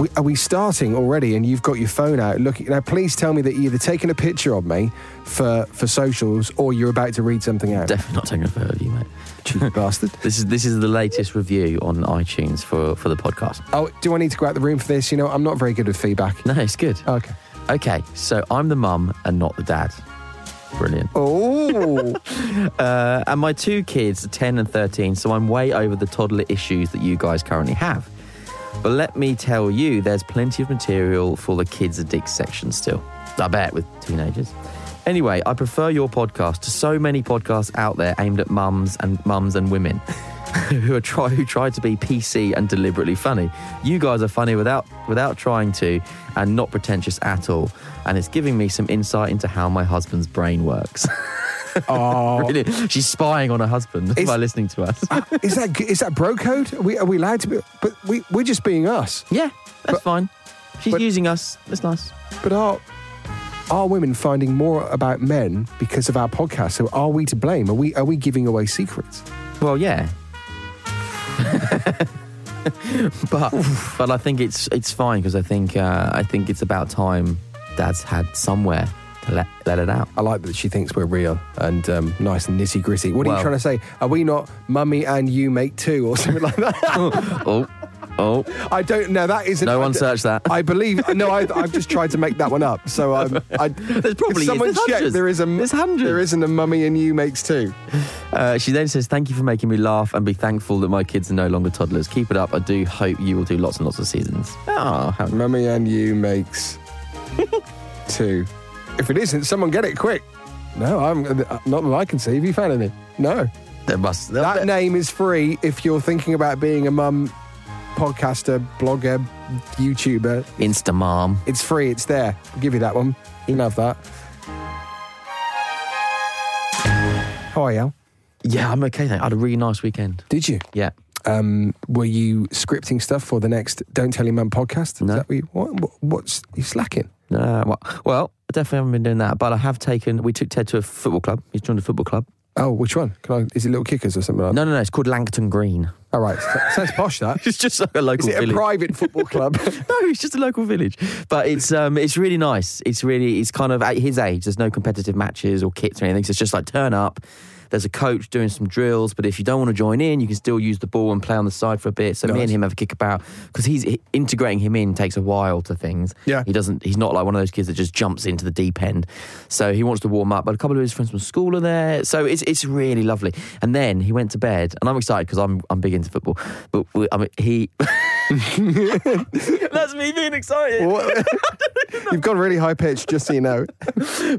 We, are we starting already? And you've got your phone out looking. Now, please tell me that you're either taking a picture of me for, for socials or you're about to read something out. Definitely not taking a photo of you, mate. Cheeky bastard. This is this is the latest review on iTunes for for the podcast. Oh, do I need to go out the room for this? You know, I'm not very good with feedback. No, it's good. Okay. Okay, so I'm the mum and not the dad. Brilliant. Oh, Uh, and my two kids are 10 and 13, so I'm way over the toddler issues that you guys currently have. But let me tell you, there's plenty of material for the kids addict section still. I bet with teenagers. Anyway, I prefer your podcast to so many podcasts out there aimed at mums and mums and women who are try who try to be PC and deliberately funny. You guys are funny without without trying to and not pretentious at all. And it's giving me some insight into how my husband's brain works. oh. Really? She's spying on her husband Is- by listening to us. is that is that bro code? Are we, are we allowed to be? But we we're just being us. yeah, that's fine. She's but- using us. That's nice. But are are women finding more about men because of our podcast? So are we to blame? Are we are we giving away secrets? Well, yeah. but but I think it's it's fine because I think uh, I think it's about time Dad's had somewhere to let let it out. I like that she thinks we're real and um, nice and nitty gritty. What are you Well- trying to say? Are we not mummy and you make two or something like that? Oh oh, I don't know. That isn't. no I one d- searched that. I believe. No, I, I've just tried to make that one up. So um, I, There's probably if is. someone There's checked, hundreds. There is a There's hundreds. There isn't a mummy and you makes two. Uh, she then says, "Thank you for making me laugh and be thankful that my kids are no longer toddlers. Keep it up. I do hope you will do lots and lots of seasons." Oh, how Mummy and you makes two. If it isn't, someone get it quick. No, I'm uh, not that I can see. Have you found any? No. there must That name is free if you're thinking about being a mum, podcaster, blogger, YouTuber. Insta mom. It's free. It's there. I'll give you that one. You can have that. How are you? Yeah, I'm okay. Thank. I had a really nice weekend. Did you? Yeah. Um, were you scripting stuff for the next Don't Tell Your Mum podcast? Is No. that what you- what, what- what's you slacking? Uh, well, well, I definitely haven't been doing that, but I have taken. We took Ted to a football club. He's joined a football club. Oh, which one? Can I, is it Little Kickers or something like that? No, no, no. It's called Langton Green. All right. Sounds posh, that. It's just like a local Is it a village. private football club? no, it's just a local village, but it's um, it's really nice. It's really, it's kind of at his age. There's no competitive matches or kits or anything. So it's just like turn up. There's a coach doing some drills, but if you don't want to join in, you can still use the ball and play on the side for a bit. So me Nice. and him have a kick about because he's he- integrating him in takes a while to things. Yeah. he doesn't. He's not like one of those kids that just jumps into the deep end. So he wants to warm up. But a couple of his friends from school are there, so it's it's really lovely. And then he went to bed, and I'm excited because I'm I'm big into football. But we, I mean, he. That's me being excited What- You've gone really high pitched, just so you know.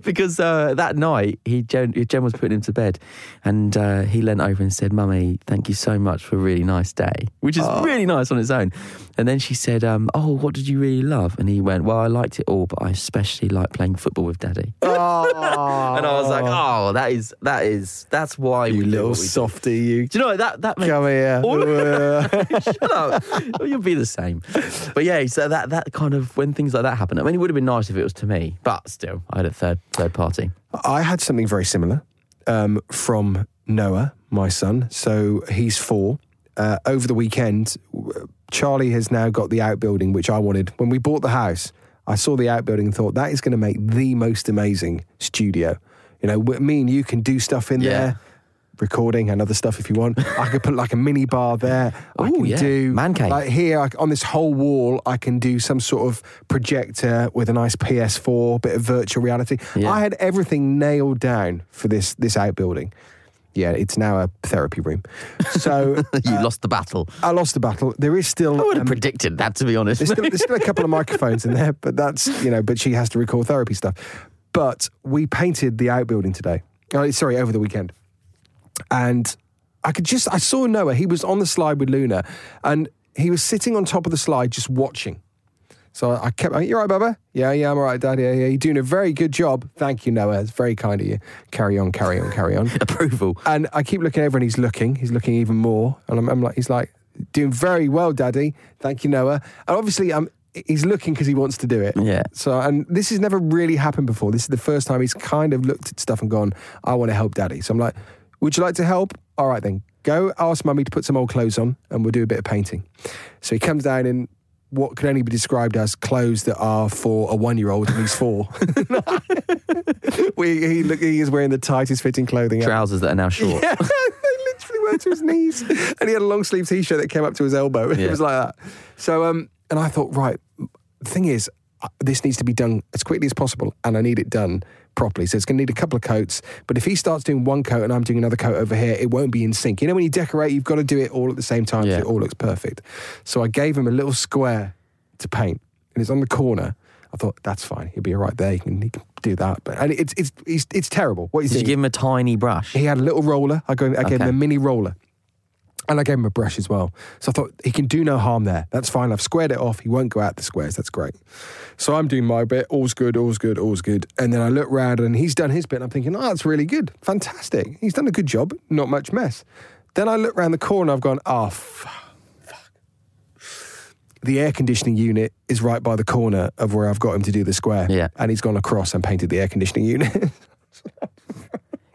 because uh, that night he Jen, Jen was putting him to bed, and uh, he leant over and said, "Mummy, thank you so much for a really nice day," which is Ah. really nice on its own. And then she said, um, "Oh, what did you really love?" And he went, "Well, I liked it all, but I especially like playing football with Daddy." Oh, And I was like, "Oh, that is that is that's why you we do little what we do." softy, you. Do you know what? that that makes Come here. all of- Uh, Shut up. Well, You'll be the same. But yeah, so that that kind of when things like that happen. I mean, it would have been nice if it was to me, but still, I had a third third party. I had something very similar um, from Noah, my son. So he's four. Uh, over the weekend, w- Charlie has now got the outbuilding, which I wanted. When we bought the house, I saw the outbuilding and thought that is going to make the most amazing studio. You know, w- me and you can do stuff in Yeah. there. recording and other stuff if you want. I could put like a mini bar there. I Ooh, can yeah. do Man cave. Like here I, on this whole wall, I can do some sort of projector with a nice PS4, bit of virtual reality. Yeah. I had everything nailed down for this this outbuilding. Yeah, it's now a therapy room. So you lost the battle. I lost the battle. There is still I would have Uh, um, predicted that, to be honest. there's still, there's still a couple of microphones in there, but that's, you know, but she has to record therapy stuff. But we painted the outbuilding today. Oh, sorry, over the weekend. And I could just, I saw Noah. He was on the slide with Luna and he was sitting on top of the slide just watching. So I kept, you're right, Bubba? Yeah, yeah, I'm all right, Dad. Yeah, yeah, you're doing a very good job. Thank you, Noah. It's very kind of you. Carry on, carry on, carry on. Approval. And I keep looking over, and he's looking. He's looking even more, and I'm, I'm like, he's like, doing very well, Daddy. Thank you, Noah. And obviously, I'm. He's looking because he wants to do it. Yeah. So, and this has never really happened before. This is the first time he's kind of looked at stuff and gone, "I want to help Daddy." So I'm like, "Would you like to help?" All right, then go ask Mummy to put some old clothes on, and we'll do a bit of painting. So he comes down in what can only be described as clothes that are for a one-year-old, and he's four. we, he, look, he is wearing the tightest fitting clothing. ever. Trousers that are now short. Yeah, they literally were to his knees. And he had a long sleeve t shirt that came up to his elbow. It Yeah. was like that. So, um, and I thought, right, the thing is, uh, this needs to be done as quickly as possible, and I need it done properly. So it's going to need a couple of coats. But if he starts doing one coat and I'm doing another coat over here, it won't be in sync. You know, when you decorate, you've got to do it all at the same time Yeah. so it all looks perfect. So I gave him a little square to paint, and it's on the corner. I thought that's fine. He'll be all right there. He can, he can do that. But and it's it's it's, it's terrible. What he's Did you doing. give him a tiny brush? He had a little roller. I, go, I gave him Okay. a mini roller. And I gave him a brush as well. So I thought, he can do no harm there. That's fine. I've squared it off. He won't go out the squares. That's great. So I'm doing my bit. All's good, all's good, all's good. And then I look round and he's done his bit. And I'm thinking, oh, that's really good. Fantastic. He's done a good job. Not much mess. Then I look round the corner. I've gone, oh, fuck. The air conditioning unit is right by the corner of where I've got him to do the square. Yeah. And he's gone across and painted the air conditioning unit.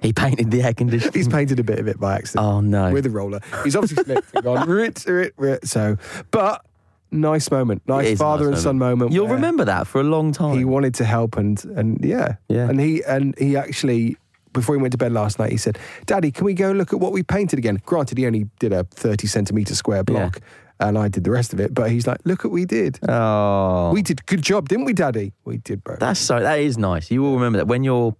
He painted the air conditioner. he's painted a bit of it by accident. Oh, no. with a roller. He's obviously slipped and gone. "Rit, rit, rit." So, but nice moment, It is nice a father and nice son moment. You'll where remember that for a long time. He wanted to help and and yeah, Yeah. And he and he actually before he went to bed last night, he said, "Daddy, can we go and look at what we painted again?" Granted, he only did a thirty centimeter square block. And I did the rest of it, but he's like, "Look what we did! oh. We did good job, didn't we, Daddy? We did, bro." That's so. That is nice. You will remember that when you're.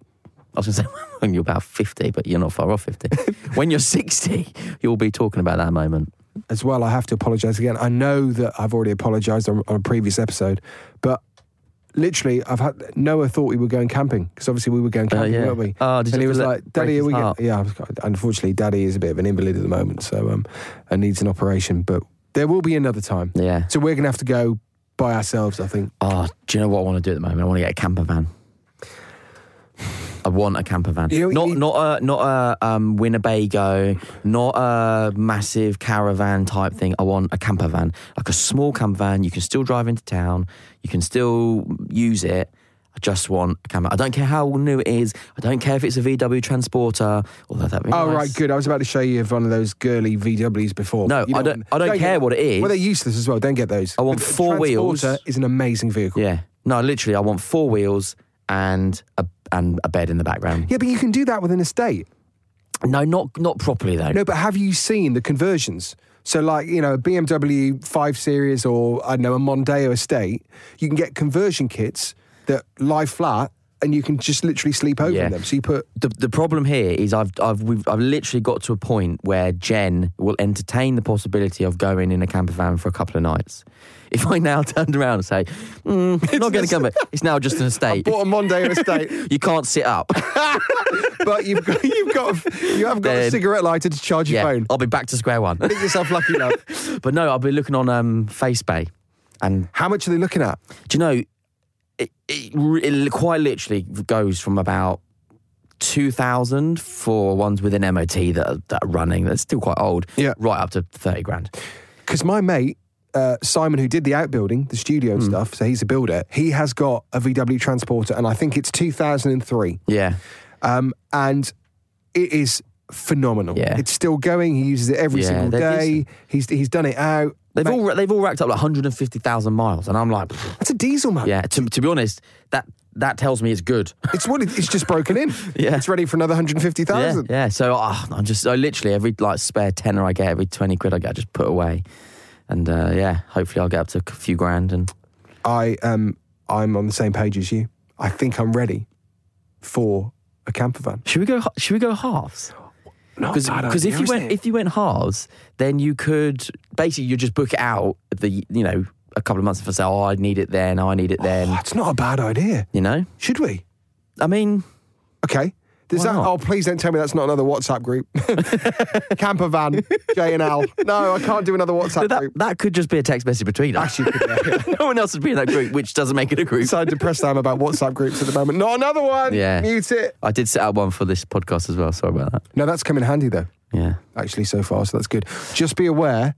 I was going to say when you're about fifty, but you're not far off fifty. when you're sixty, you'll be talking about that moment. as well, I have to apologize again. I know that I've already apologized on, on a previous episode, but literally, I've had Noah thought we were going camping because obviously we were going camping, yeah. weren't we? Oh, did and you he have was to let- like, break "Daddy, are his we?" Going? heart? Yeah, I was like, unfortunately, Daddy is a bit of an invalid at the moment, so um, and needs an operation. But there will be another time. Yeah. So we're gonna have to go by ourselves, I think. Oh, do you know what I want to do at the moment? I want to get a camper van. I want a camper van. You know, not you- not a not a um, Winnebago, not a massive caravan type thing. I want a camper van, like a small camper van. You can still drive into town. You can still use it. I just want a camper. I don't care how new it is. I don't care if it's a VW Transporter. Although that. Oh right, good. I was about to show you one of those girly VWs before. No, You I don't- I don't get care them. what it is. Well, they're useless as well. Don't get those. I want The- the four wheels. Transporter Is an amazing vehicle. Yeah. No, literally, I want four wheels and a and a bed in the background. Yeah, but you can do that with an estate. No, not not properly though. No, but have you seen the conversions? So, like, you know, a BMW 5 Series or, I don't know, a Mondeo Estate, you can get conversion kits that lie flat and you can just literally sleep over Yeah. in them. So you put, the, the problem here is I've I've we've, I've literally got to a point where Jen will entertain the possibility of going in a camper van for a couple of nights. If I now turned around and say, mm, not going to come back, it's now just an estate. bought a Mondeo Estate, You can't sit up. but you've got, you've got, you have got a Then- cigarette lighter to charge your yeah, phone. I'll be back to square one. Make yourself lucky, love. but no, I'll be looking on um, FaceBay, and How much are they looking at? do you know? It, it, re- it quite literally goes from about. 2000 for ones with an MOT that are, that are running that's still quite old Yeah. right up to 30 grand Because my mate, uh, Simon, who did the outbuilding, the studio Hmm. and stuff, so he's a builder, he has got a VW Transporter and I think it's 2003. Yeah. um, and it is phenomenal. Yeah. It's still going. He uses it every Yeah, single they're day. decent. He's he's done it out. They've Mate, all they've all racked up like 150,000 miles and I'm like pfft, that's a diesel man. yeah to, to be honest that that tells me it's good. It's what it- it's just broken in. Yeah. It's ready for another yeah, 150,000. yeah. So ah, I'm just, I literally every like spare tenner I get, every twenty quid I get, I just put away, and uh, yeah, hopefully I'll get up to a few grand. And I um I'm on the same page as you. I think I'm ready for a camper van. should we go? h- Should we go halves? Not a bad Because if idea, you isn't went it? if you went halves, then you could basically you just book it out at the you know a couple of months for say, oh, I need it then, oh, I need it then. Oh, that's not a bad idea. You know, Should we? I mean, Okay. There's Why that. not? Oh, please don't tell me that's not another WhatsApp group. Camper van, J and L. No, I can't do another WhatsApp that group. that could just be a text message between us. Actually, yeah. no one else would be in that group, which doesn't make it a group. That's how depressed I am about WhatsApp groups at the moment. Not another one. Yeah. Mute it. I did set up one for this podcast as well. Sorry about that. No, that's come in handy though. Yeah. actually so far, so that's good. Just be aware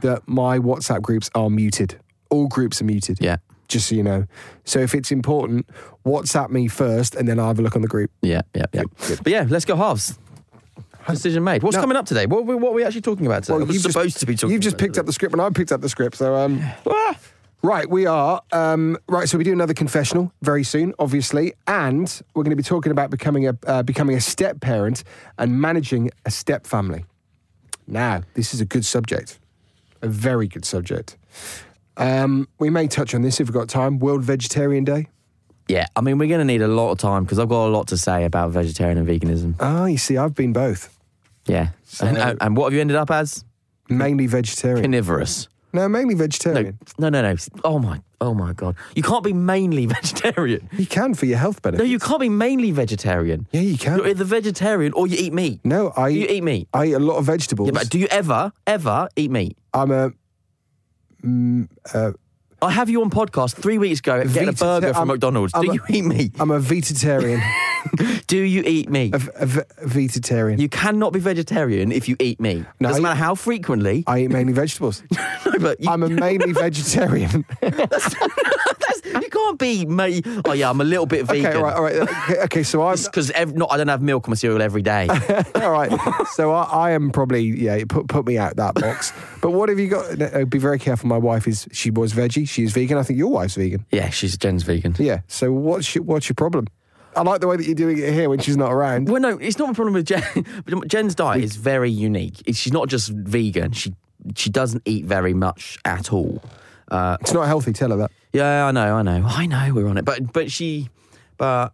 that my WhatsApp groups are muted. All groups are muted. Yeah. Just so you know. So if it's important, WhatsApp me first and then I'll have a look on the group. Yeah, yeah, yeah. But yeah, let's go halves. Decision made. What's No. coming up today? What, what are we actually talking about today? We're you've just- supposed to be talking. You've just about picked up the script and I picked up the script. So um Right, we are. Um, right, so we do another confessional very soon, obviously, and we're going to be talking about becoming a uh, becoming a step parent and managing a step family. Now, this is a good subject, a very good subject. Um, we may touch on this if we've got time. World Vegetarian Day. Yeah, I mean, we're going to need a lot of time because I've got a lot to say about vegetarian and veganism. Ah, you see, I've been both, Yeah. and, and- and what have you ended up as? mainly vegetarian. Carnivorous. No, mainly vegetarian. No, no, no. Oh my, oh my God. You can't be mainly vegetarian. You can for your health No, benefit. you can't be mainly vegetarian. yeah, you can. You're either vegetarian or you eat meat. no, I You eat meat. I eat a lot of vegetables. Yeah, but do you ever, ever eat meat? I'm a I have you on podcast three weeks ago getting a Vegeta- burger from I'm- McDonald's. I'm do a- you eat meat? I'm a vegetarian. Do you eat meat? a, v- a v- a vegetarian. You cannot be vegetarian if you eat meat. No, Doesn't I- matter how frequently. I eat mainly vegetables. No, but you, I'm a mainly vegetarian. you can't be mate. Oh yeah, I'm a little bit vegan. okay, all right, all right. Okay, okay, so I'm Because I don't have milk on my cereal every day. all right. So I, I am probably yeah. it Put put me out that box. But what have you got? no, no, be very careful. My wife is she was veggie. She is vegan. I think your wife's vegan. yeah, she's Jen's vegan. Yeah. So what's your, what's your problem? I like the way that you're doing it here when she's not around. Well, no, it's not a problem with Jen. Jen's diet is very unique. She's not just vegan. She she doesn't eat very much at all. Uh, It's not healthy. Tell her that. Yeah, I know, I know, I know. We're on it, but but she, but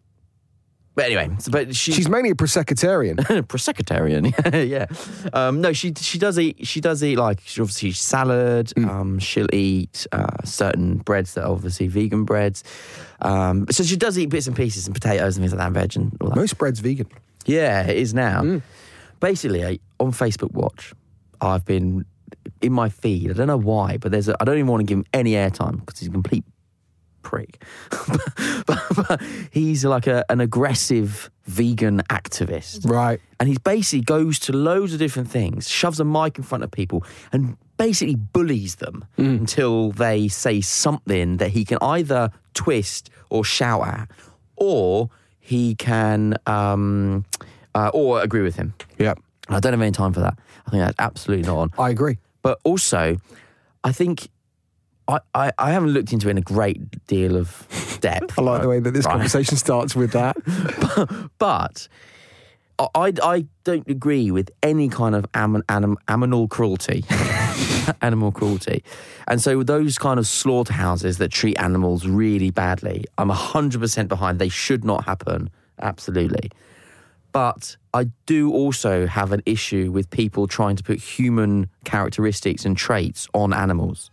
but anyway, so- but she, She's mainly a prosecutarian. prosecutarian. yeah. Um, no, she she does eat she does eat like she obviously eats salad. Um, she'll eat uh, certain breads that are obviously vegan breads. Um, so she does eat bits and pieces and potatoes and things like that, and veg and all that. Most bread's vegan. Yeah, it is now. Basically, I, on Facebook Watch, I've been in my feed. I don't know why, but there's a, I don't even want to give him any airtime because he's a complete prick. but, but he's like a, an aggressive vegan activist Right. and he basically goes to loads of different things, shoves a mic in front of people, and basically bullies them until they say something that he can either twist or shout at, or he can, um, uh, or agree with him. Yeah. I don't have any time for that. I think that's absolutely not on I agree. but also I think I, I, I haven't looked into it in a great deal of depth. I like the way that this Right. conversation starts with that. but I, I I don't agree with any kind of anim, anim, animal cruelty. animal cruelty. And so those kind of slaughterhouses that treat animals really badly, I'm 100% behind. They should not happen. Absolutely. But I do also have an issue with people trying to put human characteristics and traits on animals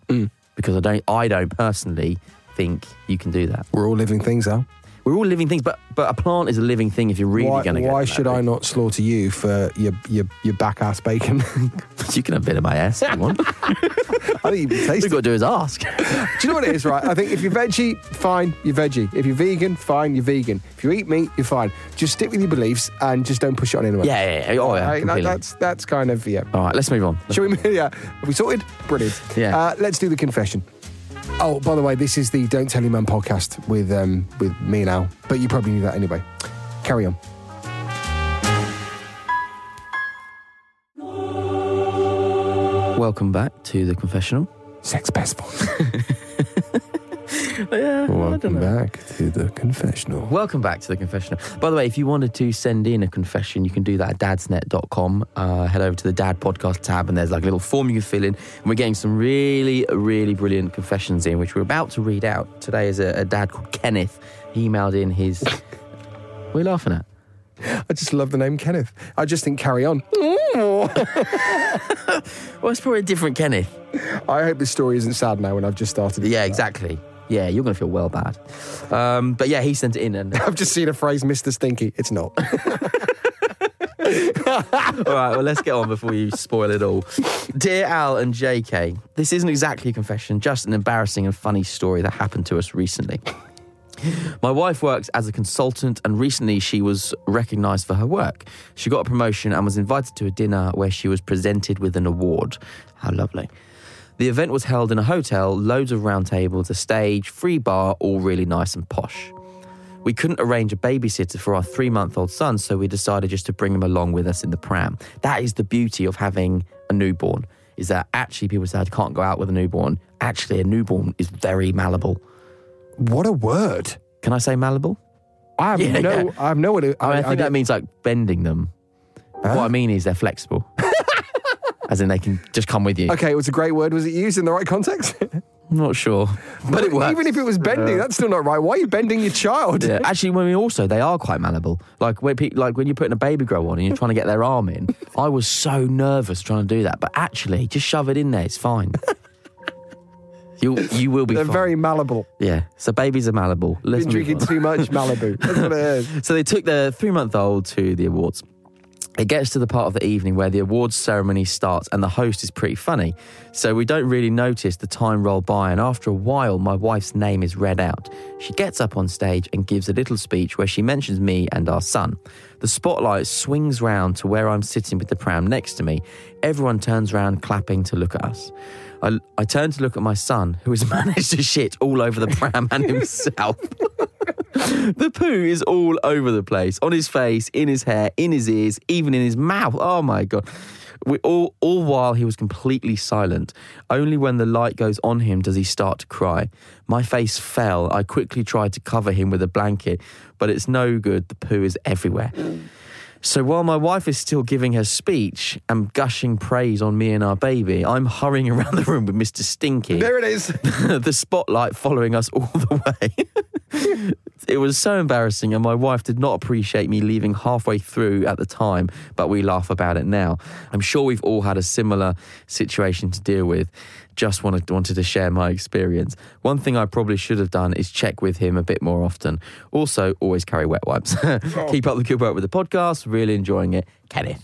because I don't I don't personally think you can do that. We're all living things, Al. We're all living things, but but a plant is a living thing. If you're really why going to, why should I not slaughter you for your your, your back ass bacon? You can have a bit of my ass if you want. All I think you'd be tasty. you've got to do is ask. Do you know what it is, right? I think if you're veggie, fine, you're veggie. If you're vegan, fine, you're vegan. If you eat meat, you're fine. Just stick with your beliefs and just don't push it on anyone. Yeah, yeah, yeah. Oh, yeah, Right? That- completely. that's that's kind of yeah. All right, let's move on. Shall we? Yeah. Have we sorted? Brilliant. Yeah. Uh, let's do the confession. Oh, by the way, this is the Don't Tell Your Man podcast with um, with me and Al, but you probably knew that anyway. Carry on. Uh, Welcome back to the confessional. Sex best boy. Yeah, I don't Welcome know. back to the confessional. Welcome back to the confessional. By the way, if you wanted to send in a confession, you can do that at dadsnet.com. Uh, head over to the Dad Podcast tab, and there's like a little form you can fill in. And we're getting some really, really brilliant confessions in, which we're about to read out. Today is a, a dad called Kenneth. He emailed in his. what are you laughing at? I just love the name Kenneth. I just think carry on. I Well, it's probably a different Kenneth. hope this story isn't sad now when I've just started. it. Yeah, exactly. Yeah, you're going to feel well bad. Um, but yeah, he sent it in, and I've just seen a phrase, Mr. Stinky. It's not. All right, well, let's get on before you spoil it all. Dear Al and JK, this isn't exactly a confession, just an embarrassing and funny story that happened to us recently. My wife works as a consultant, and recently she was recognised for her work. She got a promotion and was invited to a dinner where she was presented with an award. How lovely. The event was held in a hotel, loads of round tables, a stage, free bar, all really nice and posh. We couldn't arrange a babysitter for our three month old son, so we decided just to bring him along with us in the pram. That is the beauty of having a newborn, is that actually people say, I can't go out with a newborn. Actually, a newborn is very malleable. what a word. Can I say malleable? I have Yeah, no, yeah. I have no idea. I, mean, I think I that means like bending them. What I mean is they're flexible, as in they can just come with you. Okay, it was a great word. Was it used in the right context? I'm not sure, but it works. Even if it was bending, that's still not right. Why are you bending your child? Yeah. Actually, when we also they are quite malleable. Like when pe- like when you're putting a baby grow on and you're trying to get their arm in. I was so nervous trying to do that, but actually, just shove it in there. It's fine. you you will be They're fine. very malleable. yeah. So babies are malleable. Let's Been move drinking on. too much Malibu. That's what it is. So they took the three month old to the awards. It gets to the part of the evening where the awards ceremony starts, and the host is pretty funny. So we don't really notice the time roll by, and after a while, my wife's name is read out. She gets up on stage and gives a little speech where she mentions me and our son. The spotlight swings round to where I'm sitting with the pram next to me. Everyone turns round, clapping to look at us. I, I turn to look at my son, who has managed to shit all over the pram and himself. The poo is all over the place on his face, in his hair, in his ears, even in his mouth. Oh my God. We all, all while he was completely silent. Only when the light goes on him does he start to cry. My face fell. I quickly tried to cover him with a blanket, but it's no good. The poo is everywhere. So while my wife is still giving her speech and gushing praise on me and our baby, I'm hurrying around the room with Mr. Stinky There it is. the spotlight following us all the way. it was so embarrassing, and my wife did not appreciate me leaving halfway through at the time, but we laugh about it now. I'm sure we've all had a similar situation to deal with. Just wanted, wanted to share my experience. One thing I probably should have done is check with him a bit more often. Also, always carry wet wipes. Keep up the good work with the podcast. Really enjoying it. Kenneth.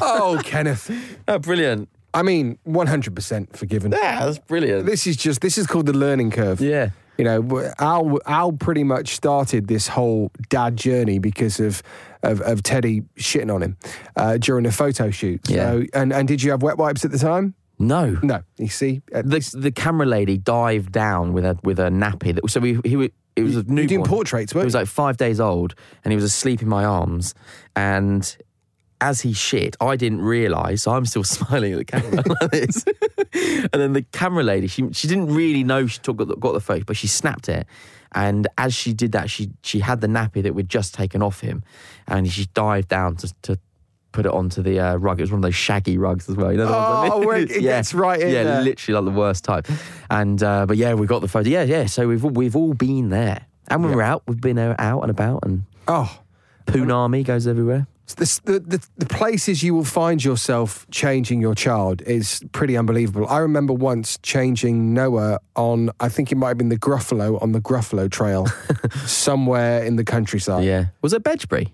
Oh, Kenneth. Oh, brilliant. I mean, 100% forgiven. Yeah, that's brilliant. This is just, this is called the learning curve. yeah. You know, w- Al, Al pretty much started this whole dad journey because of of, of Teddy shitting on him uh, during a photo shoot. So- Yeah. and, and did you have wet wipes at the time? No. No. You see? Uh, the the camera lady dived down with a with a nappy. That, so we he wa- it was a newborn. You're doing portraits, He weren't was like five days old, and he was asleep in my arms. And as he shit, I didn't realise. So I'm still smiling at the camera like this. and then the camera lady, she she didn't really know she took got the, got the photo, but she snapped it. And as she did that, she she had the nappy that we'd just taken off him, and she dived down to. to Put it onto the uh, rug. It was one of those shaggy rugs as well. You know, the ones that- Oh, where it gets right in Yeah, there. literally like the worst type. And uh, but yeah, we got the photo. Yeah, yeah. So we've all- we've all been there, and when we're out, we've been out out and about, and Oh. Poonami goes everywhere. This, the, the, the places you will find yourself changing your child is pretty unbelievable. I remember once changing Noah on, I think it might have been the Gruffalo on the Gruffalo Trail, somewhere in the countryside. Yeah, was it Bedbury?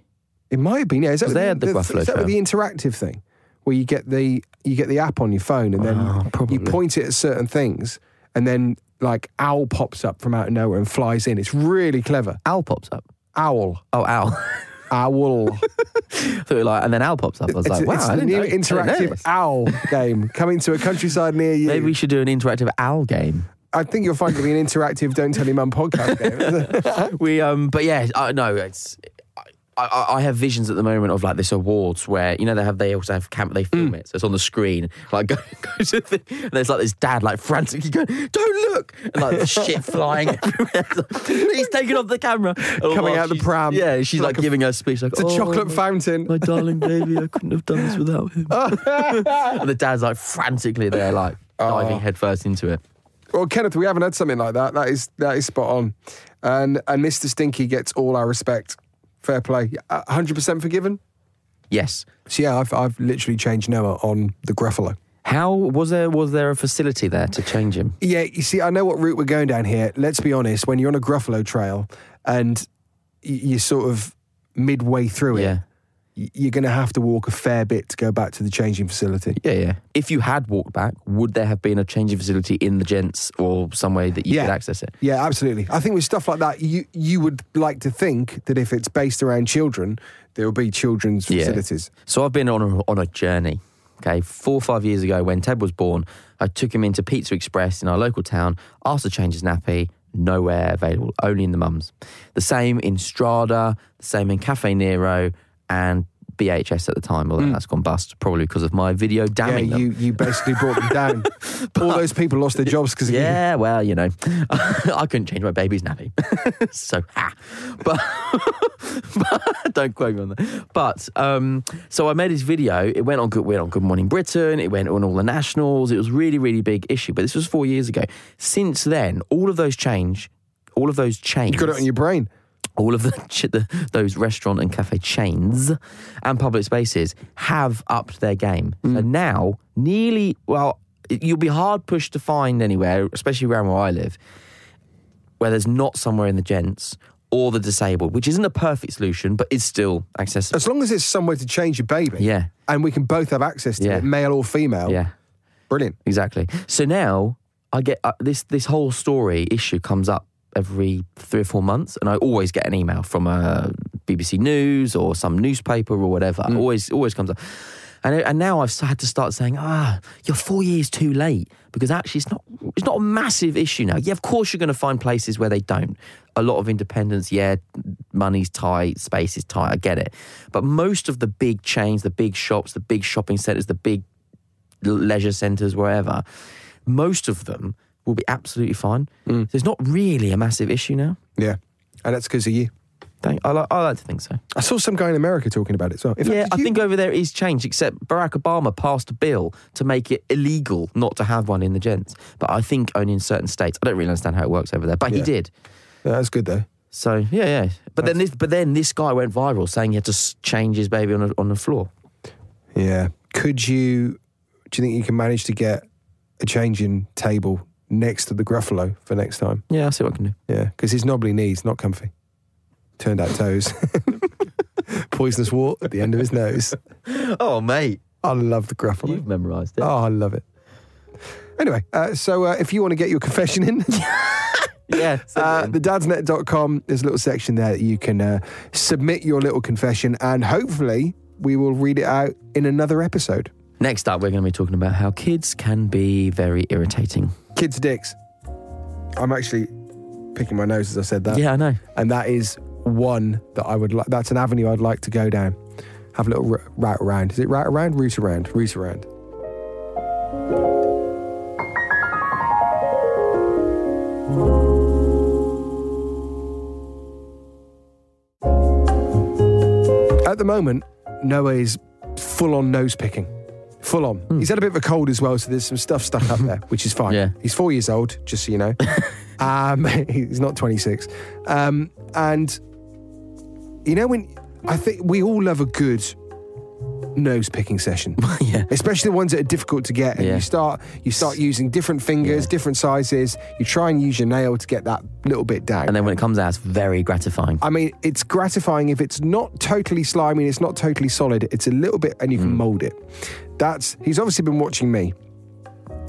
It might have been. Yeah, is that Was there the Gruffalo is that with the Trail? interactive thing where you get the you get the app on your phone and then Oh, probably. you point it at certain things and then like owl pops up from out of nowhere and flies in. It's really clever. Owl pops up. Owl, Oh, owl. owl. so we're like, and then owl pops up. I was like, it's wow, it's I the didn't new know- I didn't know interactive this. owl game coming to a countryside near you. Maybe we should do an interactive owl game. I think you'll find it to be an interactive "Don't Tell Your Mum" podcast game. we um, but yeah, I no, it's. I- I- I, I have visions at the moment of like this awards where you know they have they also have camp they film Mm. it so it's on the screen like go, go to the, and there's like this dad like frantically going don't look and like the shit flying everywhere he's taking off the camera And all Coming while out the she's- pram. yeah she's like, Like a- giving her speech like It's a "Oh, chocolate my- fountain. my darling baby I couldn't have done this without him and the dad's like frantically there like Oh. diving headfirst into it Well, Kenneth, we haven't had something like that. That is that is spot on, and and Mr. Stinky gets all our respect. Fair play, hundred percent forgiven. yes So yeah, I've I've literally changed Noah on the Gruffalo. how was there was there a facility there to change him Yeah, you see, I know what route we're going down here. Let's be honest, when you're on a Gruffalo trail and y- you're sort of midway through yeah it, y- you're going to have to walk a fair bit to go back to the changing facility. Yeah, yeah. If you had walked back, would there have been a changing facility in the gents or some way that you Yeah. could access it? Yeah, absolutely. I think with stuff like that, you you would like to think that if it's based around children, there will be children's Yeah. facilities. So I've been on a, on a journey. Okay, four or five years ago, when Ted was born, I took him into Pizza Express in our local town, asked to change his nappy. Nowhere available, only in the mums. The same in Strada, the same in Cafe Nero, and BHS at the time. Although that's gone bust, probably because of my video Hmm. Yeah, damning them. you you basically brought them down. All those people lost their jobs because of you. Yeah, well, you know, I couldn't change my baby's nappy, so ha. But, but don't quote me on that. But um, so I made this video. It went on good. Went on Good Morning Britain. It went on all the nationals. It was really, really big issue. But this was four years ago. Since then, all of those change. All of those change You got it on your brain. all of the, ch- the those restaurant and cafe chains and public spaces have upped their game. And now, nearly well, you'll be hard pushed to find anywhere, especially around where I live, where there's not somewhere in the gents or the disabled, which isn't a perfect solution, but is still accessible. As long as it's somewhere to change your baby, Yeah. and we can both have access to Yeah. it, male or female. yeah, brilliant. exactly. So now I get uh, this this whole story issue comes up every three or four months, and I always get an email from uh, a BBC News or some newspaper or whatever. Always always comes up. And, and now I've had to start saying, ah, you're four years too late because actually it's not it's not a massive issue now. Yeah, of course you're going to find places where they don't. A lot of independence, yeah, money's tight, space is tight. I get it, but most of the big chains, the big shops, the big shopping centres, the big leisure centres, wherever, most of them will be absolutely fine. So it's not really a massive issue now. Yeah, and that's because of you. Thank, I, like, I like to think so. I saw some guy in America talking about it. So in fact, yeah, did I you- think over there it is changed, except Barack Obama passed a bill to make it illegal not to have one in the gents. But I think only in certain states. I don't really understand how it works over there, but he Yeah. did. Yeah, that's good though. So yeah, yeah. But then this, but then this guy went viral saying he had to s- change his baby on a, on the floor. Yeah. Could you? Do you think you can manage to get a changing table next to the Gruffalo for next time? Yeah, I'll see what I can do. Yeah, because his knobbly knees not comfy. Turned out toes. Poisonous wart at the end of his nose. Oh mate, I love the Gruffalo. you've memorised it. Oh, I love it. Anyway, uh, so uh, if you want to get your confession in, Yeah, uh, send it in. thedadsnet.com, there's a little section there that you can uh, submit your little confession and hopefully we will read it out in another episode. Next up, we're going to be talking about how kids can be very irritating. Kids' dicks. I'm actually picking my nose as I said that. Yeah, I know. and that is one that I would like. That's an avenue I'd like to go down. Have a little r- route around. Is it route around? Route around. Route around. At the moment, Noah is full on nose picking. Full on. He's had a bit of a cold as well, so there's some stuff stuck up there, which is fine. Yeah. He's four years old, just so you know. um, he's not 26. Um, and you know when I think we all love a good nose picking session. yeah. Especially the ones that are difficult to get, and Yeah. you start you start using different fingers, different sizes. You try and use your nail to get that little bit down. And then when it comes out, it's very gratifying. I mean, it's gratifying if it's not totally slimy and it's not totally solid. It's a little bit, and you Mm. can mold it. That's he's obviously been watching me,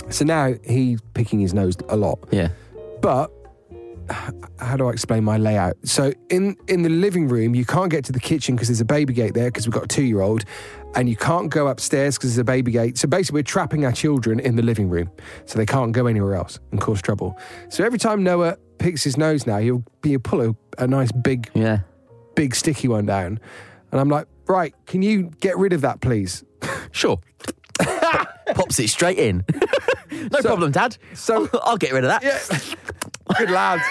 so now he's picking his nose a lot. Yeah. But h- how do I explain my layout? So in in the living room, you can't get to the kitchen because there's a baby gate there because we've got a two year old, and you can't go upstairs because there's a baby gate. So basically, we're trapping our children in the living room, so they can't go anywhere else and cause trouble. So every time Noah picks his nose now, he'll be he'll pull a, a nice big Yeah. big sticky one down. And I'm like, right, can you get rid of that, please? Sure. Pops it straight in. no problem, Dad. so- I'll, I'll get rid of that. Yeah. Good lad.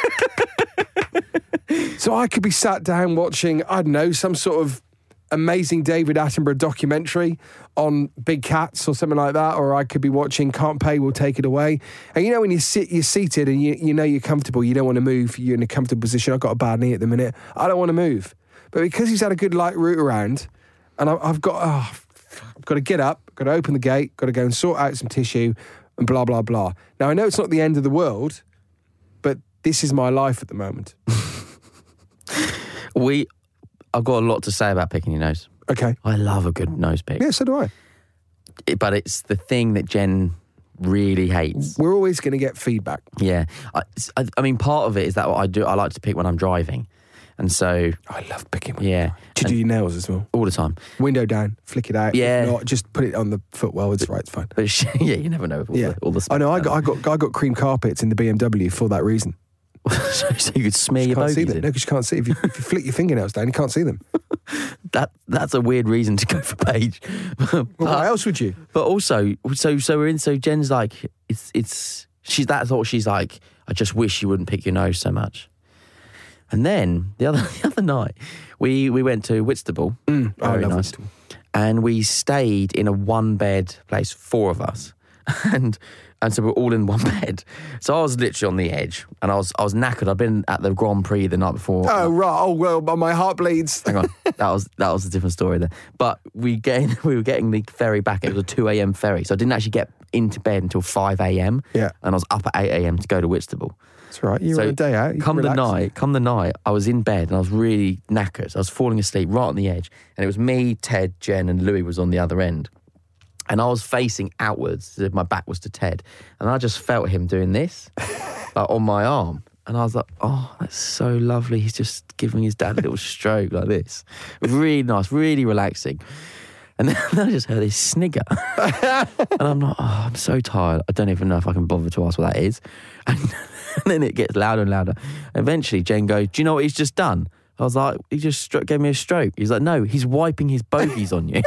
so I could be sat down watching, I don't know, some sort of amazing David Attenborough documentary on big cats or something like that, or I could be watching Can't Pay, We'll Take It Away. And you know, when you sit, you're seated and you, you know you're comfortable, you don't want to move, you're in a comfortable position. I've got a bad knee at the minute, I don't want to move. But because he's had a good light route around, and I, I've got, oh, I've got to get up, got to open the gate, got to go and sort out some tissue, and blah, blah, blah. Now, I know it's not the end of the world, but this is my life at the moment. We, I've got a lot to say about picking your nose. Okay. I love a good nose pick, Yeah, so do I. It- but it's the thing that Jen really hates. We're always going to get feedback. Yeah, I, it's- I, I mean, part of it is that what I do. I like to pick when I'm driving, and so I love picking one. yeah, To do your nails as well. all the time. Window down, flick it out. If Yeah. Not, just put it on the footwell. It's right. It's fine. But she, yeah, you never know. with All Yeah. the, all the I know. I got, I got I got cream carpets in the BMW for that reason. so, so you could smear You your can't see bogies them. in. No, because you can't see. If you, if you flick your fingernails down, you can't see them. That that's a weird reason to go for Paige. Well, Ah. why else would you? But also, so so we're in. So Jen's like, it's it's she's that's what she's like. I just wish you wouldn't pick your nose so much. And then the other the other night, we we went to Whitstable, Mm, I very love nice, and we stayed in a one bed place, four of us, and and so we're all in one bed. So I was literally on the edge, and I was I was knackered. I'd been at the Grand Prix the night before. Oh right. Oh well, but my heart bleeds. Hang on, that was that was a different story there. But we getting we were getting the ferry back. It was a two a.m. ferry, so I didn't actually get into bed until five a.m. Yeah. and I was up at eight a.m. to go to Whitstable. That's right. You're so on a day out. You come relax. the night, come the night, I was in bed and I was really knackered. I was falling asleep right on the edge, and it was me, Ted, Jen, and Louis was on the other end, and I was facing outwards. so My back was to Ted, and I just felt him doing this, like on my arm. And I was like, oh, that's so lovely. He's just giving his dad a little stroke like this. Really nice, really relaxing. And then I just heard this snigger. and I'm like, oh, I'm so tired. I don't even know if I can bother to ask what that is. And, then it gets louder and louder. Eventually, Jen goes, Do you know what he's just done? I was like, He just stro- gave me a stroke. He's like, No, he's wiping his bogies on you.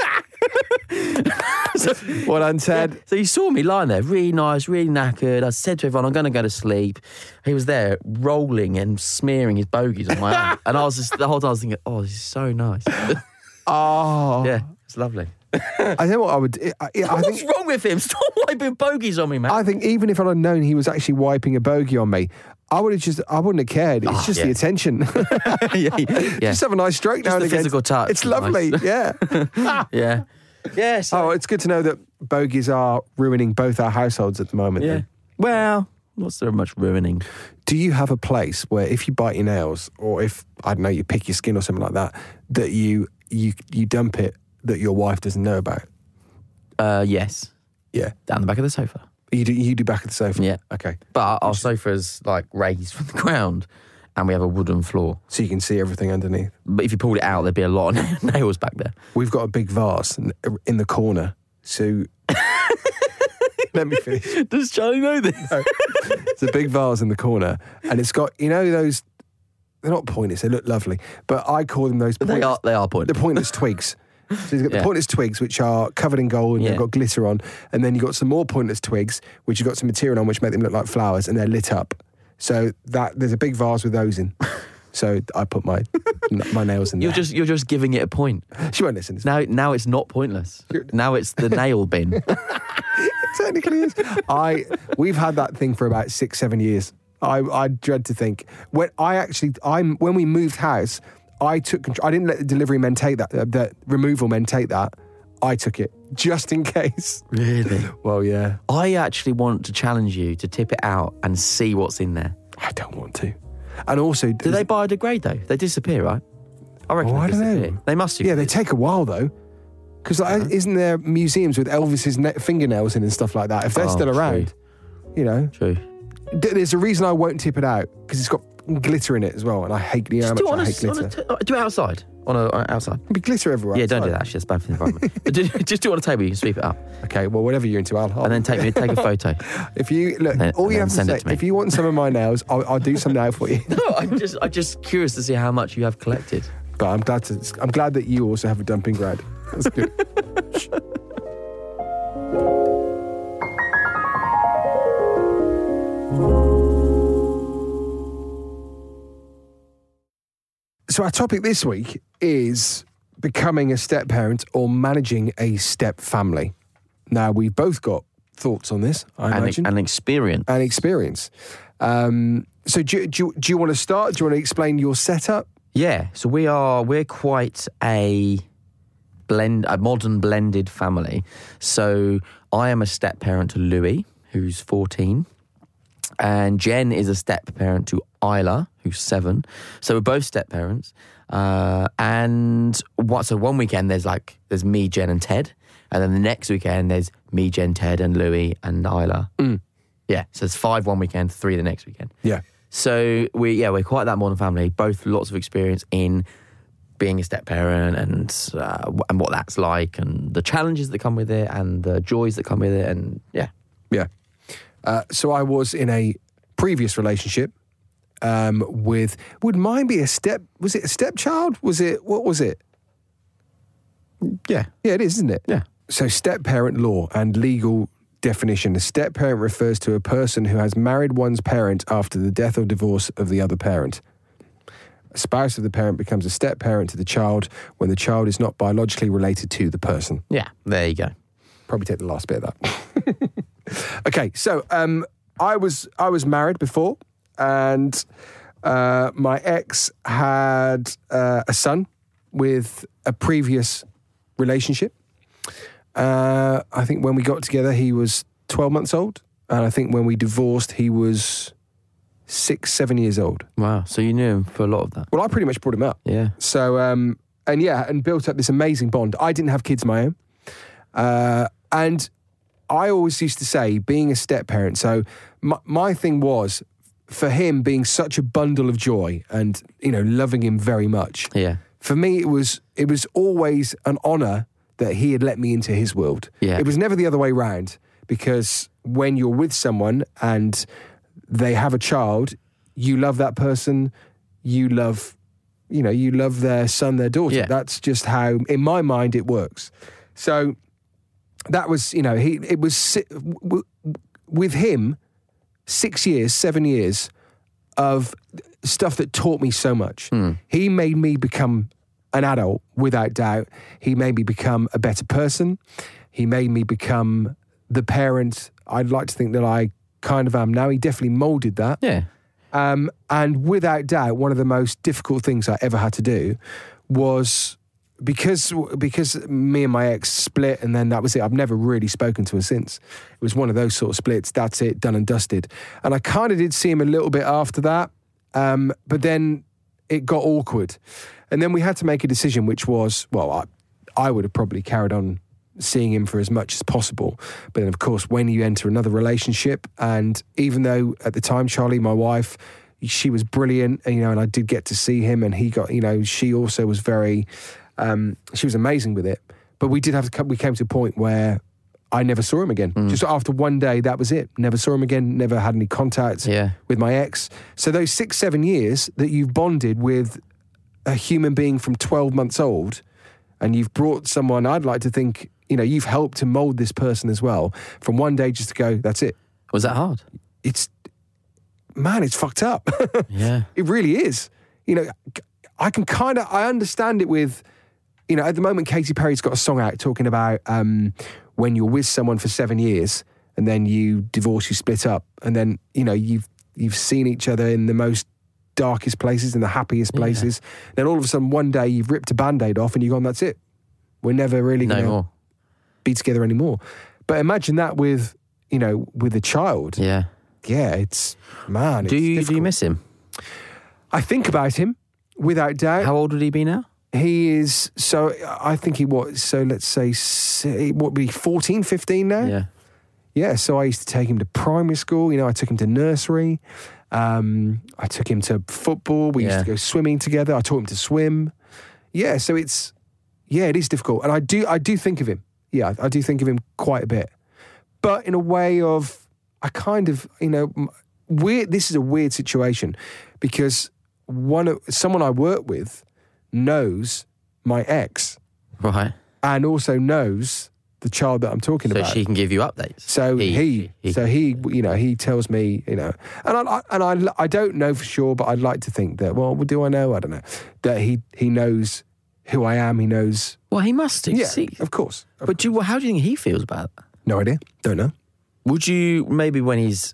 Well done, Ted. So you saw me lying there, really nice, really knackered. I said to everyone, I'm going to go to sleep. He was there rolling and smearing his bogies on my arm. And I was just, the whole time I was thinking, oh, this is so nice. Oh, yeah, it's lovely. I know what I would. I, I- I What's think wrong with him? Stop wiping bogies on me, man. I think even if I'd have known he was actually wiping a bogey on me, I would have just I wouldn't have cared. It's just the Ah, yeah. attention. yeah. yeah. just have a nice stroke now the and again. physical touch It's is lovely. nice. Yeah. Ah. yeah. Yeah, so- oh, it's good to know that bogeys are ruining both our households at the moment. yeah. then. Well, not so much ruining. Do you have a place where if you bite your nails or if I don't know you pick your skin or something like that that you you you dump it that your wife doesn't know about? Uh, yes, Yeah. down the back of the sofa. You do you do back at the sofa. Yeah. Okay. But our sofa's like raised from the ground and we have a wooden floor. So you can see everything underneath. But if you pulled it out, there'd be a lot of nails back there. We've got a big vase in- in the corner. So let me finish. Does Charlie know this? It's a big vase in the corner, and it's got you know those. They're not pointers; they look lovely, but I call them those. They pointless- are, they are the pointed. pointless twigs. So you've got the Yeah. pointless twigs, which are covered in gold and Yeah. they've got glitter on, and then you've got some more pointless twigs, which you've got some material on, which make them look like flowers, and they're lit up. So that there's a big vase with those in. So I put my n- my nails in there. You're just you're just giving it a point. she won't listen. It's Now now it's not pointless. Now it's the nail bin. technically is. I we've had that thing for about six, seven years. I, I dread to think when I actually I'm when we moved house, I took control. I didn't let the delivery men take that, uh, the removal men take that. I took it just in case. really? Well, yeah, I actually want to challenge you to tip it out and see what's in there. I don't want to. And also, Do they biodegrade though? They disappear, right? I reckon Oh, they I don't know. disappear. They must do. Yeah, they take a while though. Because like, Uh-huh. isn't there museums with Elvis's ne- fingernails in and stuff like that? If they're Oh, still true. around, you know, True. D- there's a reason I won't tip it out because it's got glitter in it as well, and I hate. You know how Do it, much on I a, hate glitter. on a t- uh, do it outside. On a on a- outside. There'll be glitter everywhere. Yeah, don't do outside. that. Actually, that's bad for the environment. but do, just do it on a table. You can sweep it up Okay, well, whatever you're into, I'll. I'll and then take me take a photo. if you look, then- all you then have to send it say, to me. if you want some of my nails, I'll, I'll do some now for you. No, I'm just I'm just curious to see how much you have collected. But I'm glad to, I'm glad that you also have a dumping ground. That's good. so our topic this week is becoming a step parent or managing a step family. Now we've both got thoughts on this. I and, e- imagine and experience. and experience. Um, so do, do, do you want to start? Do you want to explain your setup? Yeah, so we are we're quite a blend a modern blended family. So I am a step parent to Louis, who's 14, and Jen is a step parent to Isla, who's 7. So we're both step parents. Uh, and what so one weekend there's like there's me, Jen and Ted, and then the next weekend there's me, Jen, Ted and Louis and Isla. Yeah, so it's 5 one weekend, 3 the next weekend. Yeah. So we yeah we're quite that modern family. Both lots of experience in being a step parent and uh, wh- and what that's like and the challenges that come with it and the joys that come with it and yeah Yeah. Uh, so I was in a previous relationship um, with. Would mine be a step? Was it a stepchild? Was it what was it? yeah Yeah, it is, isn't it? Yeah. So step parent law and legal definition: a step parent refers to a person who has married one's parent after the death or divorce of the other parent. A spouse of the parent becomes a step parent to the child when the child is not biologically related to the person. yeah there you go. probably take the last bit of that. okay, so um, I was I was married before, and uh, my ex had uh, a son with a previous relationship. Uh, I think when we got together, he was twelve months old, and I think when we divorced, he was six, seven years old. Wow, so you knew him for a lot of that. Well, I pretty much brought him up. Yeah, So, um, and yeah, and built up this amazing bond. I didn't have kids of my own. Uh, and I always used to say, being a step parent, so my, my thing was for him being such a bundle of joy and, you know, loving him very much. yeah, For me, it was, it was always an honor that he had let me into his world. Yeah. It was never the other way around because when you're with someone and they have a child, you love that person, you love you know, you love their son, their daughter. Yeah. That's just how, in my mind, it works. So that was, you know, he it was si- w- w- with him six years, seven years of stuff that taught me so much. He made me become an adult without doubt. He made me become a better person. He made me become the parent I'd like to think that I kind of am now. He definitely molded that. yeah, Um, and without doubt, one of the most difficult things I ever had to do was because because me and my ex split, and then that was it. I've never really spoken to her since. It was one of those sort of splits. That's it, done and dusted. And I kind of did see him a little bit after that, um, but then it got awkward, and then we had to make a decision, which was well, I I would have probably carried on seeing him for as much as possible. But then, of course, when you enter another relationship, and even though at the time, Charlie, my wife, she was brilliant, and you know, and I did get to see him, and he got, you know, she also was very, um, she was amazing with it. But we did have to, come, we came to a point where I never saw him again. Just after one day, that was it. Never saw him again. Never had any contact Yeah. with my ex. So those six, seven years that you've bonded with a human being from 12 months old and you've brought someone i'd like to think you know you've helped to mold this person as well from one day just to go that's it was that hard? it's man it's fucked up Yeah, it really is you know i can kind of i understand it with you know at the moment katy perry's got a song out talking about um, when you're with someone for seven years and then you divorce you split up and then you know you've you've seen each other in the most darkest places in the happiest places then all of a sudden one day you've ripped a band-aid off and you've gone that's it we're never really no going to more. be together anymore but imagine that with you know with a child yeah, Yeah, it's man do it's you do you difficult. miss him? I think about him without doubt. How old would he be now? he is so I think he was so let's say s- he what would be 14, 15 now. Yeah, Yeah, so I used to take him to primary school, you know, I took him to nursery. Um, I took him to football. We Yeah. used to go swimming together. I taught him to swim. Yeah, so it's yeah, it is difficult. And I do I do think of him. Yeah, I do think of him quite a bit. But in a way of I kind of, you know, m- weird this is a weird situation because one of someone I work with knows my ex Right. and also knows the child that I'm talking So about. she can give you updates. So he, so he, you know, he tells me, you know, and I- I and I, I don't know for sure, but I'd like to think that. Well, do I know? I don't know that he he knows who I am. He knows. Well, he must do. Yeah, see. of course. But do, you- how do you think he feels about that? No idea. Don't know. Would you, maybe when he's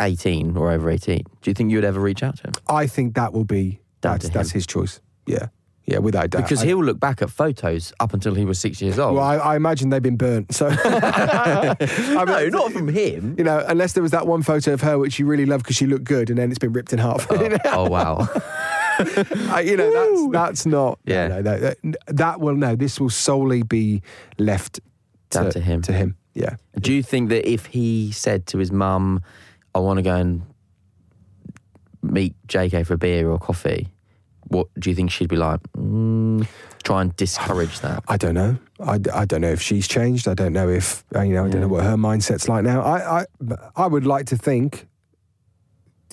18 or over 18, do you think you would ever reach out to him? I think that will be Down that's to that's him. his choice. Yeah, yeah, without doubt. Because I- he'll look back at photos up until he was six years old. Well, I, I imagine they've been burnt. So, I no, mean, not from him. You know, unless there was that one photo of her which you really loved because she looked good, and then it's been ripped in half. You know, oh, wow. I- you know, that's that's not. no, Yeah. no, no, that, that will no. This will solely be left Down to him. To him. Yeah. Do you think that if he said to his mum, I want to go and meet JK for a beer or coffee, what do you think she'd be like? Mm, try and discourage that. I don't know. I, d- I don't know if she's changed. I don't know if uh, you know. I don't know what her mindset's like now. I I, I would like to think.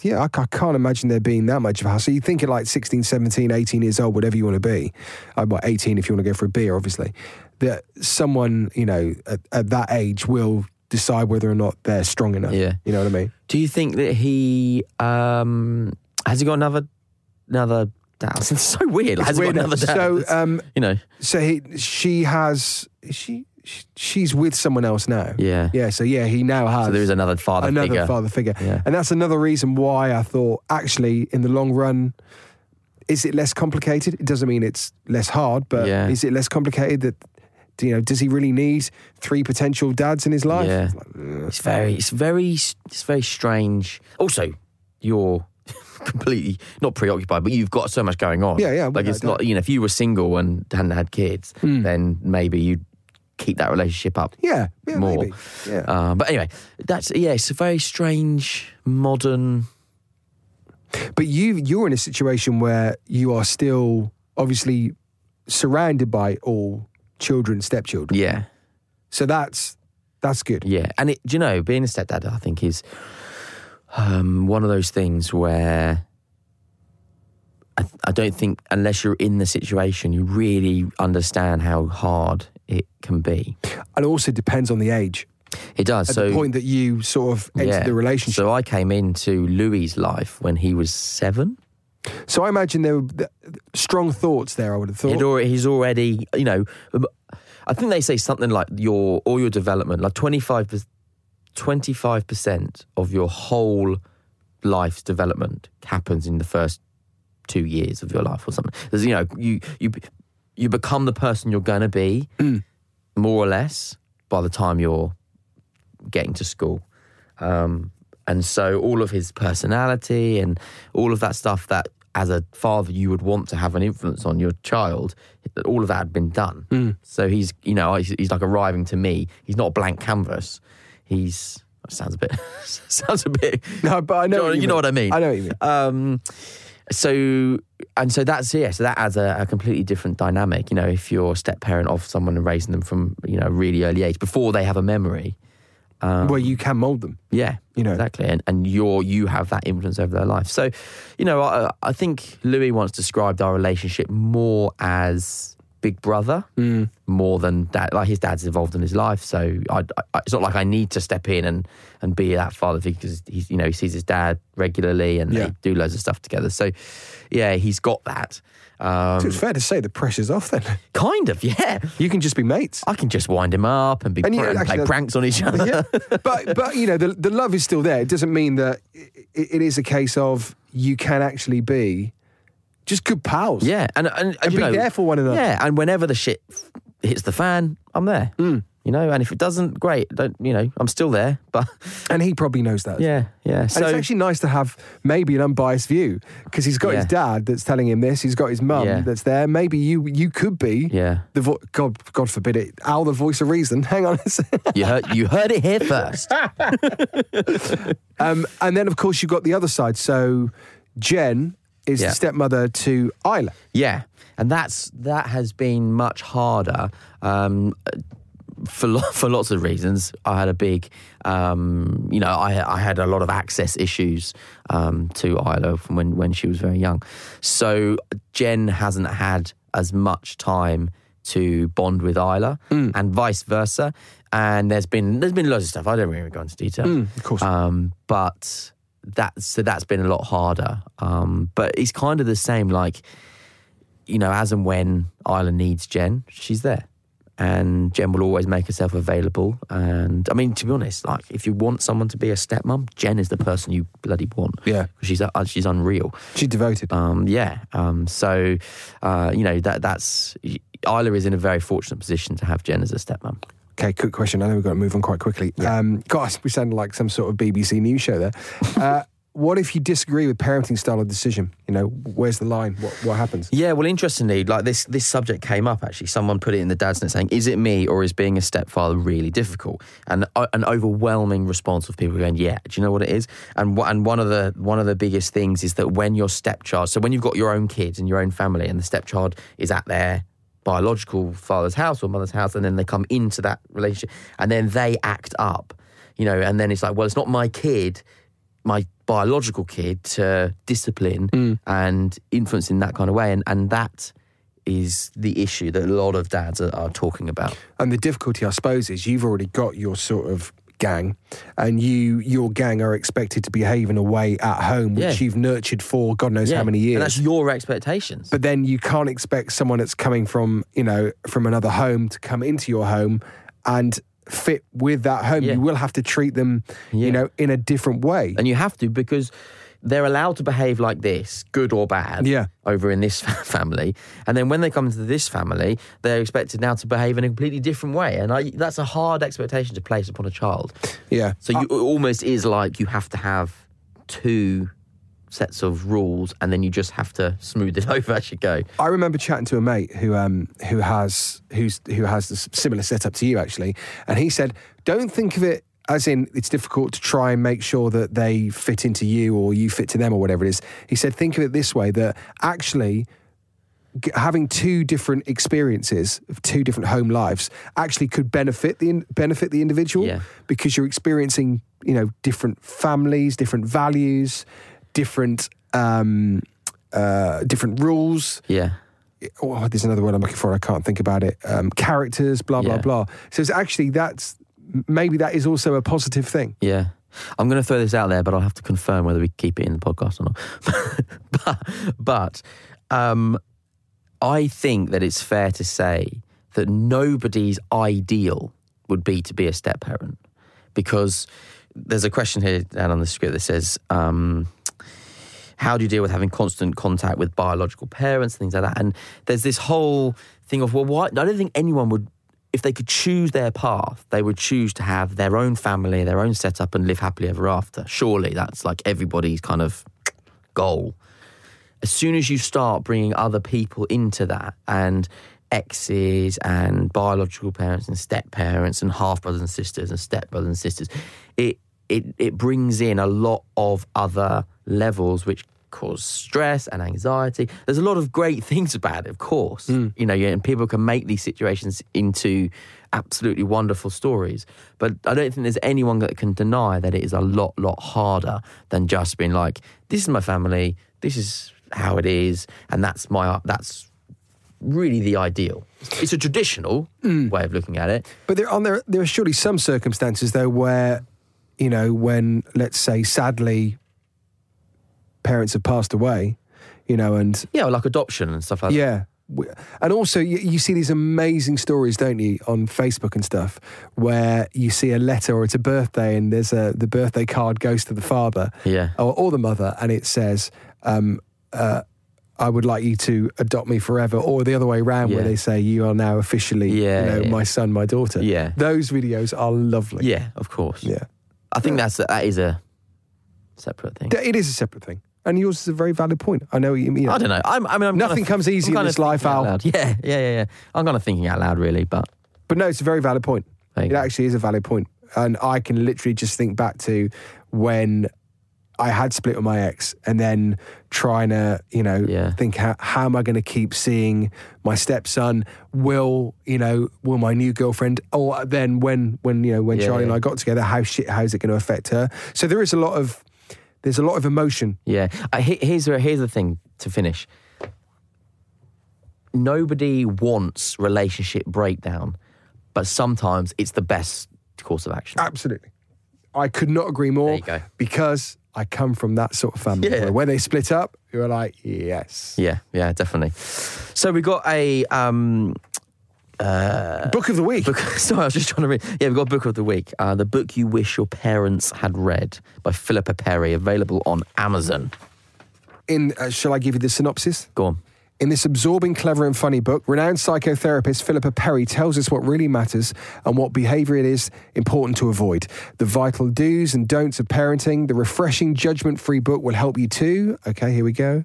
Yeah, I, ca- I can't imagine there being that much of a hassle. You think at like 16, 17, 18 years old, whatever you want to be, uh, well, 18 if you want to go for a beer, obviously, that someone, you know, at, at that age will decide whether or not they're strong enough. Yeah. You know what I mean? Do you think that he um, has he got another another dad? It's so weird. Has he Weird. got another dad? so, um, you know, so he, she has, she, she- she's with someone else now. yeah. Yeah, so yeah, he now has. So there is another father another figure. father figure. Yeah. And that's another reason why I thought, actually, in the long run, is it less complicated? It doesn't mean it's less hard, but Yeah. is it less complicated that, do you know, does he really need three potential dads in his life? Yeah. It's like, ugh. It's very, it's very, it's very strange. Also, you're completely not preoccupied, but you've got so much going on. Yeah, yeah, Like it's without not, you know, if you were single and hadn't had kids, Hmm. then maybe you'd keep that relationship up. yeah, yeah, More. maybe. Yeah. Uh, but anyway, that's yeah, it's a very strange modern. But you you're in a situation where you are still obviously surrounded by all children, stepchildren. Yeah, So that's that's good. yeah, and it, do you know, being a stepdad, I think is um, one of those things where. I, I don't think, unless you're in the situation, you really understand how hard it can be. And also depends on the age. It does. At so the point that you sort of enter yeah. the relationship. So I came into Louis's life when he was seven. So I imagine there were th- strong thoughts there. I would have He'd thought. alre- he's already, you know, um, I think they say something like your all your development, like 25 percent of your whole life's development happens in the first two years of your life or something. There's, you know, you you be- you become the person you're going to be, Mm. more or less, by the time you're getting to school. Um, and so all of his personality and all of that stuff that as a father you would want to have an influence on your child, that all of that had been done. Mm. So he's, you know, he's, he's like arriving to me. He's not a blank canvas. He's sounds a bit sounds a bit No, but I know. John, what you you know mean. what I mean. I know what you mean. Um, so and so that's yeah. So that adds a, a completely different dynamic. You know, if you're a step parent of someone and raising them from you know a really early age before they have a memory. Um, Well, you can mold them. Yeah, You know. exactly, and and you're you have that influence over their life. So, you know, I, I think Louis once described our relationship more as big brother, Mm. more than dad. Like his dad's involved in his life, so I, I, it's not like I need to step in and and be that father because he's you know he sees his dad regularly and Yeah. they do loads of stuff together. So, yeah, he's got that. Um, So it's fair to say the pressure's off. Then kind of, yeah. you can just be mates. I can just wind him up and be And you- and actually, play that's- pranks on each other. yeah, but but you know the the love is still there. It doesn't mean that i i- it is a case of you can actually be just good pals. Yeah, and and, And you be know, there for one another. Yeah, and whenever the shit f- hits the fan, I'm there. Mm. You know, and if it doesn't, great. Don't you know? I'm still there. But and he probably knows that. yeah, yeah. And So it's actually nice to have maybe an unbiased view because he's got his Yeah. dad that's telling him this. He's got his mum Yeah. that's there. Maybe you you could be Yeah. the vo- God God forbid it Al the voice of reason. Hang on, a sec. you heard you heard it here first. um, and then of course you've got the other side. So Jen is Yeah. the stepmother to Isla. yeah, and that's that has been much harder. Um, for lo- for lots of reasons, I had a big, um, you know, I I had a lot of access issues um, to Isla from when when she was very young. So Jen hasn't had as much time to bond with Isla and vice versa. And there's been there's been loads of stuff. I don't really go into detail. Of course. Um, but that so that's been a lot harder. Um, but it's kind of the same. Like you know, as and when Isla needs Jen, she's there, and Jen will always make herself available. And I mean, to be honest, like if you want someone to be a stepmom, Jen is the person you bloody want. Yeah. she's uh, she's unreal. She's devoted. Um, yeah. Um, so, uh, you know, that that's Isla is in a very fortunate position to have Jen as a stepmom. Okay, quick question. I know we've got to move on quite quickly. Um, gosh, we sound like some sort of BBC news show there. Uh, what if you disagree with parenting style of decision? You know, where's the line? What, what happens? Yeah, well, interestingly, like this this subject came up actually. Someone put it in the dad's net saying, "Is it me or is being a stepfather really difficult?" And uh, an overwhelming response of people going, "Yeah." Do you know what it is? And wh- and one of the one of the biggest things is that when your stepchild, so when you've got your own kids and your own family, and the stepchild is at their biological father's house or mother's house, and then they come into that relationship, and then they act up, you know, and then it's like, well, it's not my kid my biological kid to discipline Mm. and influence in that kind of way. And, and that is the issue that a lot of dads are, are talking about. And the difficulty, I suppose, is you've already got your sort of gang, and you your gang are expected to behave in a way at home which Yeah. you've nurtured for God knows how many And that's years. your expectations. But then you can't expect someone that's coming from you know from another home to come into your home and fit with that home. Yeah. You will have to treat them, Yeah. you know, in a different way. and you have to because they're allowed to behave like this, good or bad, Yeah. over in this family. And then when they come into this family, they're expected now to behave in a completely different way. And I, that's a hard expectation to place upon a child. Yeah. So you, it almost is like you have to have two sets of rules, and then you just have to smooth it over as you go. I remember chatting to a mate who um who has who's who has this similar setup to you actually, and he said, "Don't think of it as in it's difficult to try and make sure that they fit into you or you fit to them or whatever it is." He said, "Think of it this way: that actually." g- Having two different experiences of two different home lives actually could benefit the in- benefit the individual Yeah. because you're experiencing you know different families, different values, different um, uh, different rules Yeah, oh, there's another word I'm looking for. I can't think about it. Um, characters, blah blah Yeah. blah. So it's actually that's maybe that is also a positive thing. yeah. I'm going to throw this out there, but I'll have to confirm whether we keep it in the podcast or not. but, but um, I think that it's fair to say that nobody's ideal would be to be a step parent because there's a question here down on the script that says, um, how do you deal with having constant contact with biological parents and things like that? And there's this whole thing of, well, why? I don't think anyone would, if they could choose their path, they would choose to have their own family, their own setup, and live happily ever after. Surely that's like everybody's kind of goal as soon as you start bringing other people into that and exes and biological parents and step parents and half brothers and sisters and step brothers and sisters, it it it brings in a lot of other levels which cause stress and anxiety. There's a lot of great things about it, of course. You know, and people can make these situations into absolutely wonderful stories. But I don't think there's anyone that can deny that it is a lot, lot harder than just being like, this is my family, this is how it is, and that's my that's really the ideal. It's a traditional Mm. way of looking at it. But there on there there are surely some circumstances though where you know when let's say sadly parents have passed away, you know, and Yeah, like adoption and stuff like that. Yeah. W- And also, you, you see these amazing stories, don't you, on Facebook and stuff, where you see a letter or it's a birthday, and there's a the birthday card goes to the father, Yeah. or, or the mother, and it says, um, uh, "I would like you to adopt me forever," or the other way around, where Yeah. they say, "You are now officially, Yeah, you know, yeah. my son, my daughter." Yeah. those videos are lovely. Yeah, of course. yeah, I think that's that is a separate thing. D- it is a separate thing, and yours is a very valid point. I know what you mean. I don't know. I'm, I mean, I'm Nothing kinda- comes easy in kinda this life, thinking Al. loud. Yeah, yeah, yeah, yeah. I'm kind of thinking out loud, really. But But no, it's a very valid point. There you It go. actually is a valid point. And I can literally just think back to when I had split with my ex and then trying to, you know, Yeah. think how, how am I going to keep seeing my stepson? Will, you know, will my new girlfriend or then when when you know when Yeah, Charlie and yeah. I got together, how shit how's it going to affect her? So there is a lot of there's a lot of emotion. Uh, yeah, I, he- here's where, here's the thing to finish. nobody wants relationship breakdown, but sometimes it's the best course of action. Absolutely. I could not agree more There you go. because I come from that sort of family Yeah. where when they split up, you're like, yes. Yeah, yeah, definitely. So we got a um, Book of the week. book. Sorry, I was just trying to read. Yeah, we got a book of the week. Uh, the book you wish your parents had read by Philippa Perry, available on Amazon. In uh, shall I give you the synopsis? Go on. In this absorbing, clever, and funny book, renowned psychotherapist Philippa Perry tells us what really matters and what behaviour it is important to avoid. The vital do's and don'ts of parenting, the refreshing, judgment free book will help you too. Okay, here we go.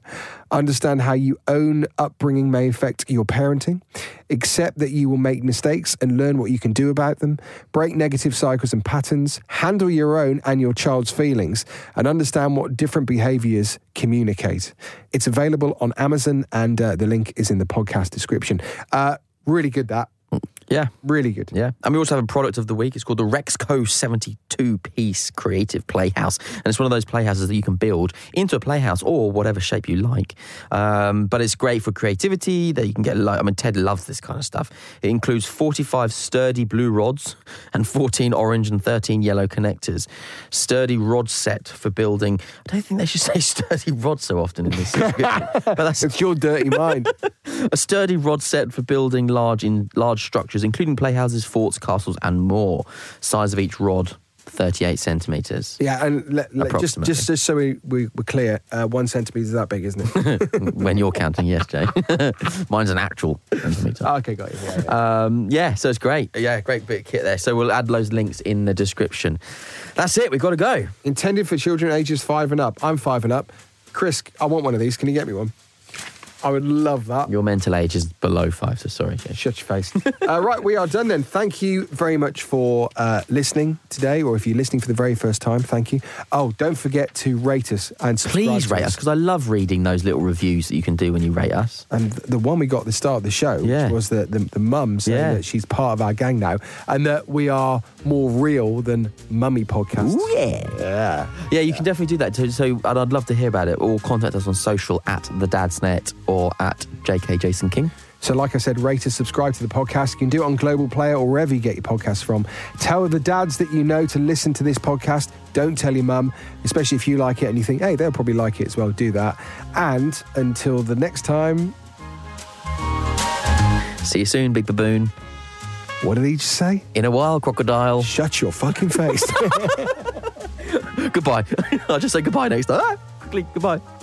Understand how your own upbringing may affect your parenting. Accept that you will make mistakes and learn what you can do about them. Break negative cycles and patterns. Handle your own and your child's feelings and understand what different behaviours communicate. It's available on Amazon, and uh, the link is in the podcast description. Uh, really good, that. Yeah, Really good. Yeah. And we also have a product of the week. It's called the Rexco 72 piece creative playhouse. And it's one of those playhouses that you can build into a playhouse or whatever shape you like. Um, but it's great for creativity that you can get. Like, I mean, Ted loves this kind of stuff. It includes 45 sturdy blue rods and 14 orange and 13 yellow connectors. Sturdy rod set for building. I don't think they should say sturdy rod so often in this description, but that's It's your dirty mind. a sturdy rod set for building large in large structures, including playhouses, forts, castles, and more. Size of each rod, thirty-eight centimeters. Yeah, and let, let- just, Approximately. just, just so we, we, we're clear, uh, one centimetre is that big, isn't it? when you're counting, yes, Jay. Mine's an actual centimeter. okay, got you. Yeah, yeah. Um, yeah, so it's great. Yeah, great bit of kit there. So we'll add those links in the description. That's it. We've got to go. Intended for children ages five and up. I'm five and up. Chris, I want one of these. Can you get me one? I would love that. Your mental age is below five, so sorry, Jay. Shut your face. uh, right, we are done then. Thank you very much for uh, listening today, or if you're listening for the very first time, thank you. Oh, don't forget to rate us and subscribe Please to rate us because I love reading those little reviews that you can do when you rate us. And th- the one we got at the start of the show which Yeah. was the, the, the mum saying Yeah. that she's part of our gang now and that we are more real than mummy podcasts. Ooh, yeah. Yeah, you can definitely do that. So, so and I'd love to hear about it. Or contact us on social at the Dadsnet or at JK Jason King. So, like I said, rate us, subscribe to the podcast. You can do it on Global Player or wherever you get your podcasts from. Tell the dads that you know to listen to this podcast. Don't tell your mum, especially if you like it and you think, hey, they'll probably like it as well. Do that. And until the next time, See you soon, Big Baboon. what did he just say? In a while, Crocodile. Shut your fucking face. goodbye. I'll just say goodbye next time. Ah, quickly, goodbye.